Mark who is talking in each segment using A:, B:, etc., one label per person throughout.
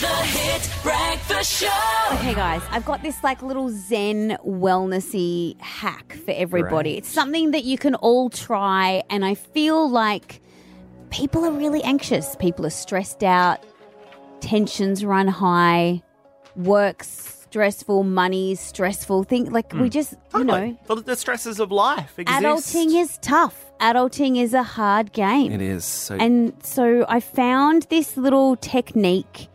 A: The Hit Breakfast Show.
B: Okay, guys, I've got this like little Zen wellnessy hack for everybody.
C: Great.
B: It's something that you can all try, and I feel like people are really anxious. People are stressed out. Tensions run high. Work's stressful. Money's stressful. Think like we just you know,
C: The, the stresses of life exist.
B: adulting is tough. Adulting is a hard game.
C: It is. So
B: And so I found this little technique.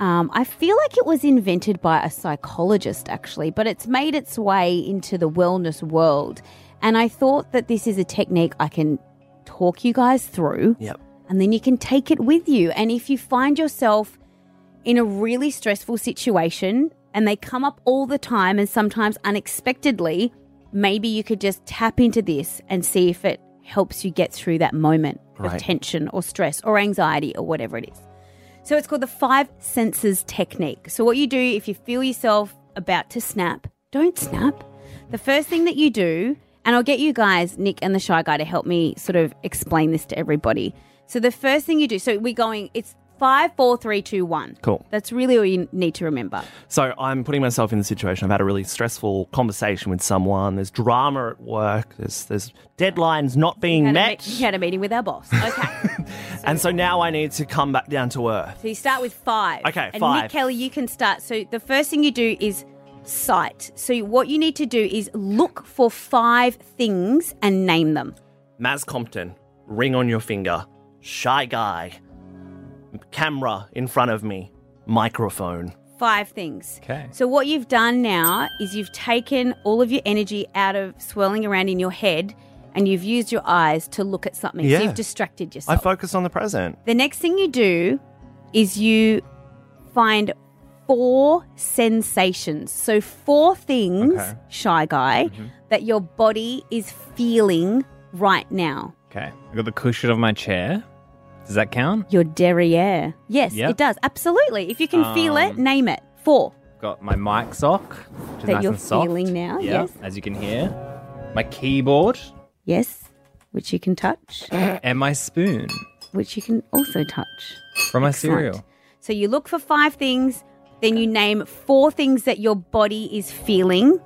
B: Um, I feel like it was invented by a psychologist, actually, but it's made its way into the wellness world. And I thought that this is a technique I can talk you guys through,
C: yep.
B: and then you can take it with you. And if you find yourself in a really stressful situation and they come up all the time and sometimes unexpectedly, maybe you could just tap into this and see if it helps you get through that moment
C: Right.
B: of tension or stress or anxiety or whatever it is. So it's called the five senses technique. So, what you do if you feel yourself about to snap, don't snap. The first thing that you do, and I'll get you guys, Nick and the Shy Guy, to help me sort of explain this to everybody. So, the first thing you do, so we're going, it's five, four, three, two, one.
C: Cool.
B: That's really all you need to remember.
C: So I'm putting myself in the situation. I've had a really stressful conversation with someone. There's drama at work. There's there's deadlines not being
B: Had a
C: met.
B: me- you had a meeting with our boss. Okay.
C: and so now I need to come back down to earth.
B: so you start with five.
C: Okay,
B: and
C: five.
B: Nick Kelly, you can start. So the first thing you do is sight. So what you need to do is look for five things and name them.
C: Maz Compton, ring on your finger. Shy guy. Camera in front of me. Microphone.
B: Five things.
D: Okay.
B: So what you've done now is you've taken all of your energy out of swirling around in your head and you've used your eyes to look at something.
C: Yeah.
B: So you've distracted
C: I
B: yourself.
C: focus on the present.
B: The next thing you do is you find four sensations. So, four things,
D: Okay.
B: shy guy, that your body is feeling right now.
D: Okay. I got the cushion of my chair. Does that count?
B: Your derriere. Yes,
D: Yep.
B: it does. Absolutely. If you can feel it, name it. Four.
D: Got my mic sock, which is
B: That
D: nice
B: you're
D: and soft.
B: feeling now,
D: Yeah,
B: yes.
D: As you can hear. My keyboard
B: Yes, which you can touch,
D: and my spoon
B: which you can also touch.
D: from my
B: Excellent.
D: cereal.
B: So, you look for five things, then you name four things that your body is feeling.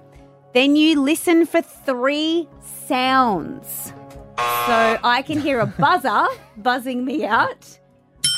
B: Then you listen for three sounds. So I can hear a buzzer buzzing me out.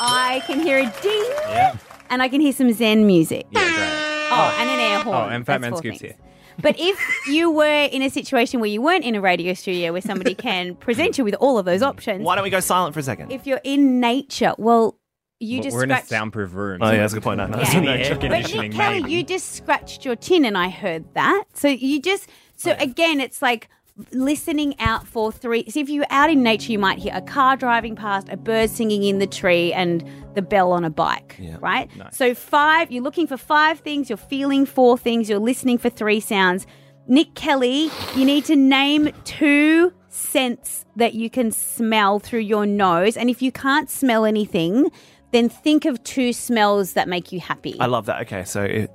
B: I can hear a ding.
D: Yeah.
B: And I can hear some Zen music.
D: Yeah,
B: Oh, and an air horn.
D: Oh, and Fat
B: That's
D: Man
B: four
D: Scoop's
B: things.
D: here.
B: But if you were in a situation where you weren't in a radio studio where somebody can present you with all of those options,
C: Why don't we go silent for a second?
B: if you're in nature, well, you
D: great.
B: just
D: We're in a
B: scratch-
D: soundproof room.
C: oh
D: so
C: yeah, that's a good point. No, no, that's
B: Yeah.
C: not-
D: air
C: okay.
B: But Nick Kelly, you just scratched your tin, and I heard that. So you just so again, it's like listening out for three. So if you were out in nature, you might hear a car driving past, a bird singing in the tree, and the bell on a bike. Right. So five. You're looking for five things. You're feeling four things. You're listening for three sounds. Nick Kelly, you need to name two scents that you can smell through your nose. And if you can't smell anything, then think of two smells that make you happy.
C: I love that. Okay, so it,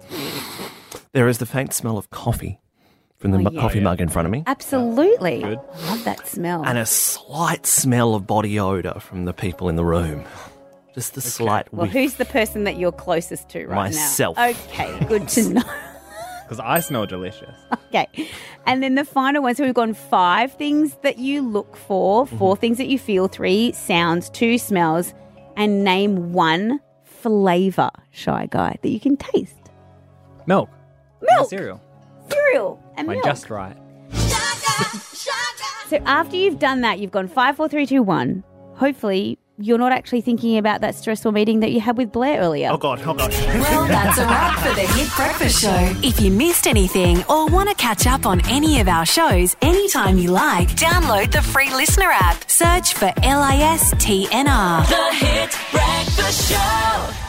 C: there is the faint smell of coffee from the mu- coffee mug in front of me,
B: Absolutely.
D: Good.
B: I love that smell.
C: and a slight smell of body odor from the people in the room. Just the slight
B: well,
C: whiff.
B: who's the person that you're closest to right
C: Myself.
B: now? Okay, good to know.
D: Because I smell delicious.
B: Okay. And then the final one. So we've gone five things that you look for, 4 things that you feel, three sounds, two smells, and name one flavor, shy guy, that you can taste.
D: Milk. My
B: Milk,
D: cereal.
B: cereal, and
D: My
B: milk.
D: just right.
B: So after you've done that, you've gone five, four, three, two, one. Hopefully, you're not actually thinking about that stressful meeting that you had with Blair earlier.
C: oh god! Oh god!
A: Well, that's a wrap for the Hit Breakfast Show. If you missed anything or want to catch up on any of our shows anytime you like, download the free listener app. Search for L I S T N R. The Hit Breakfast Show.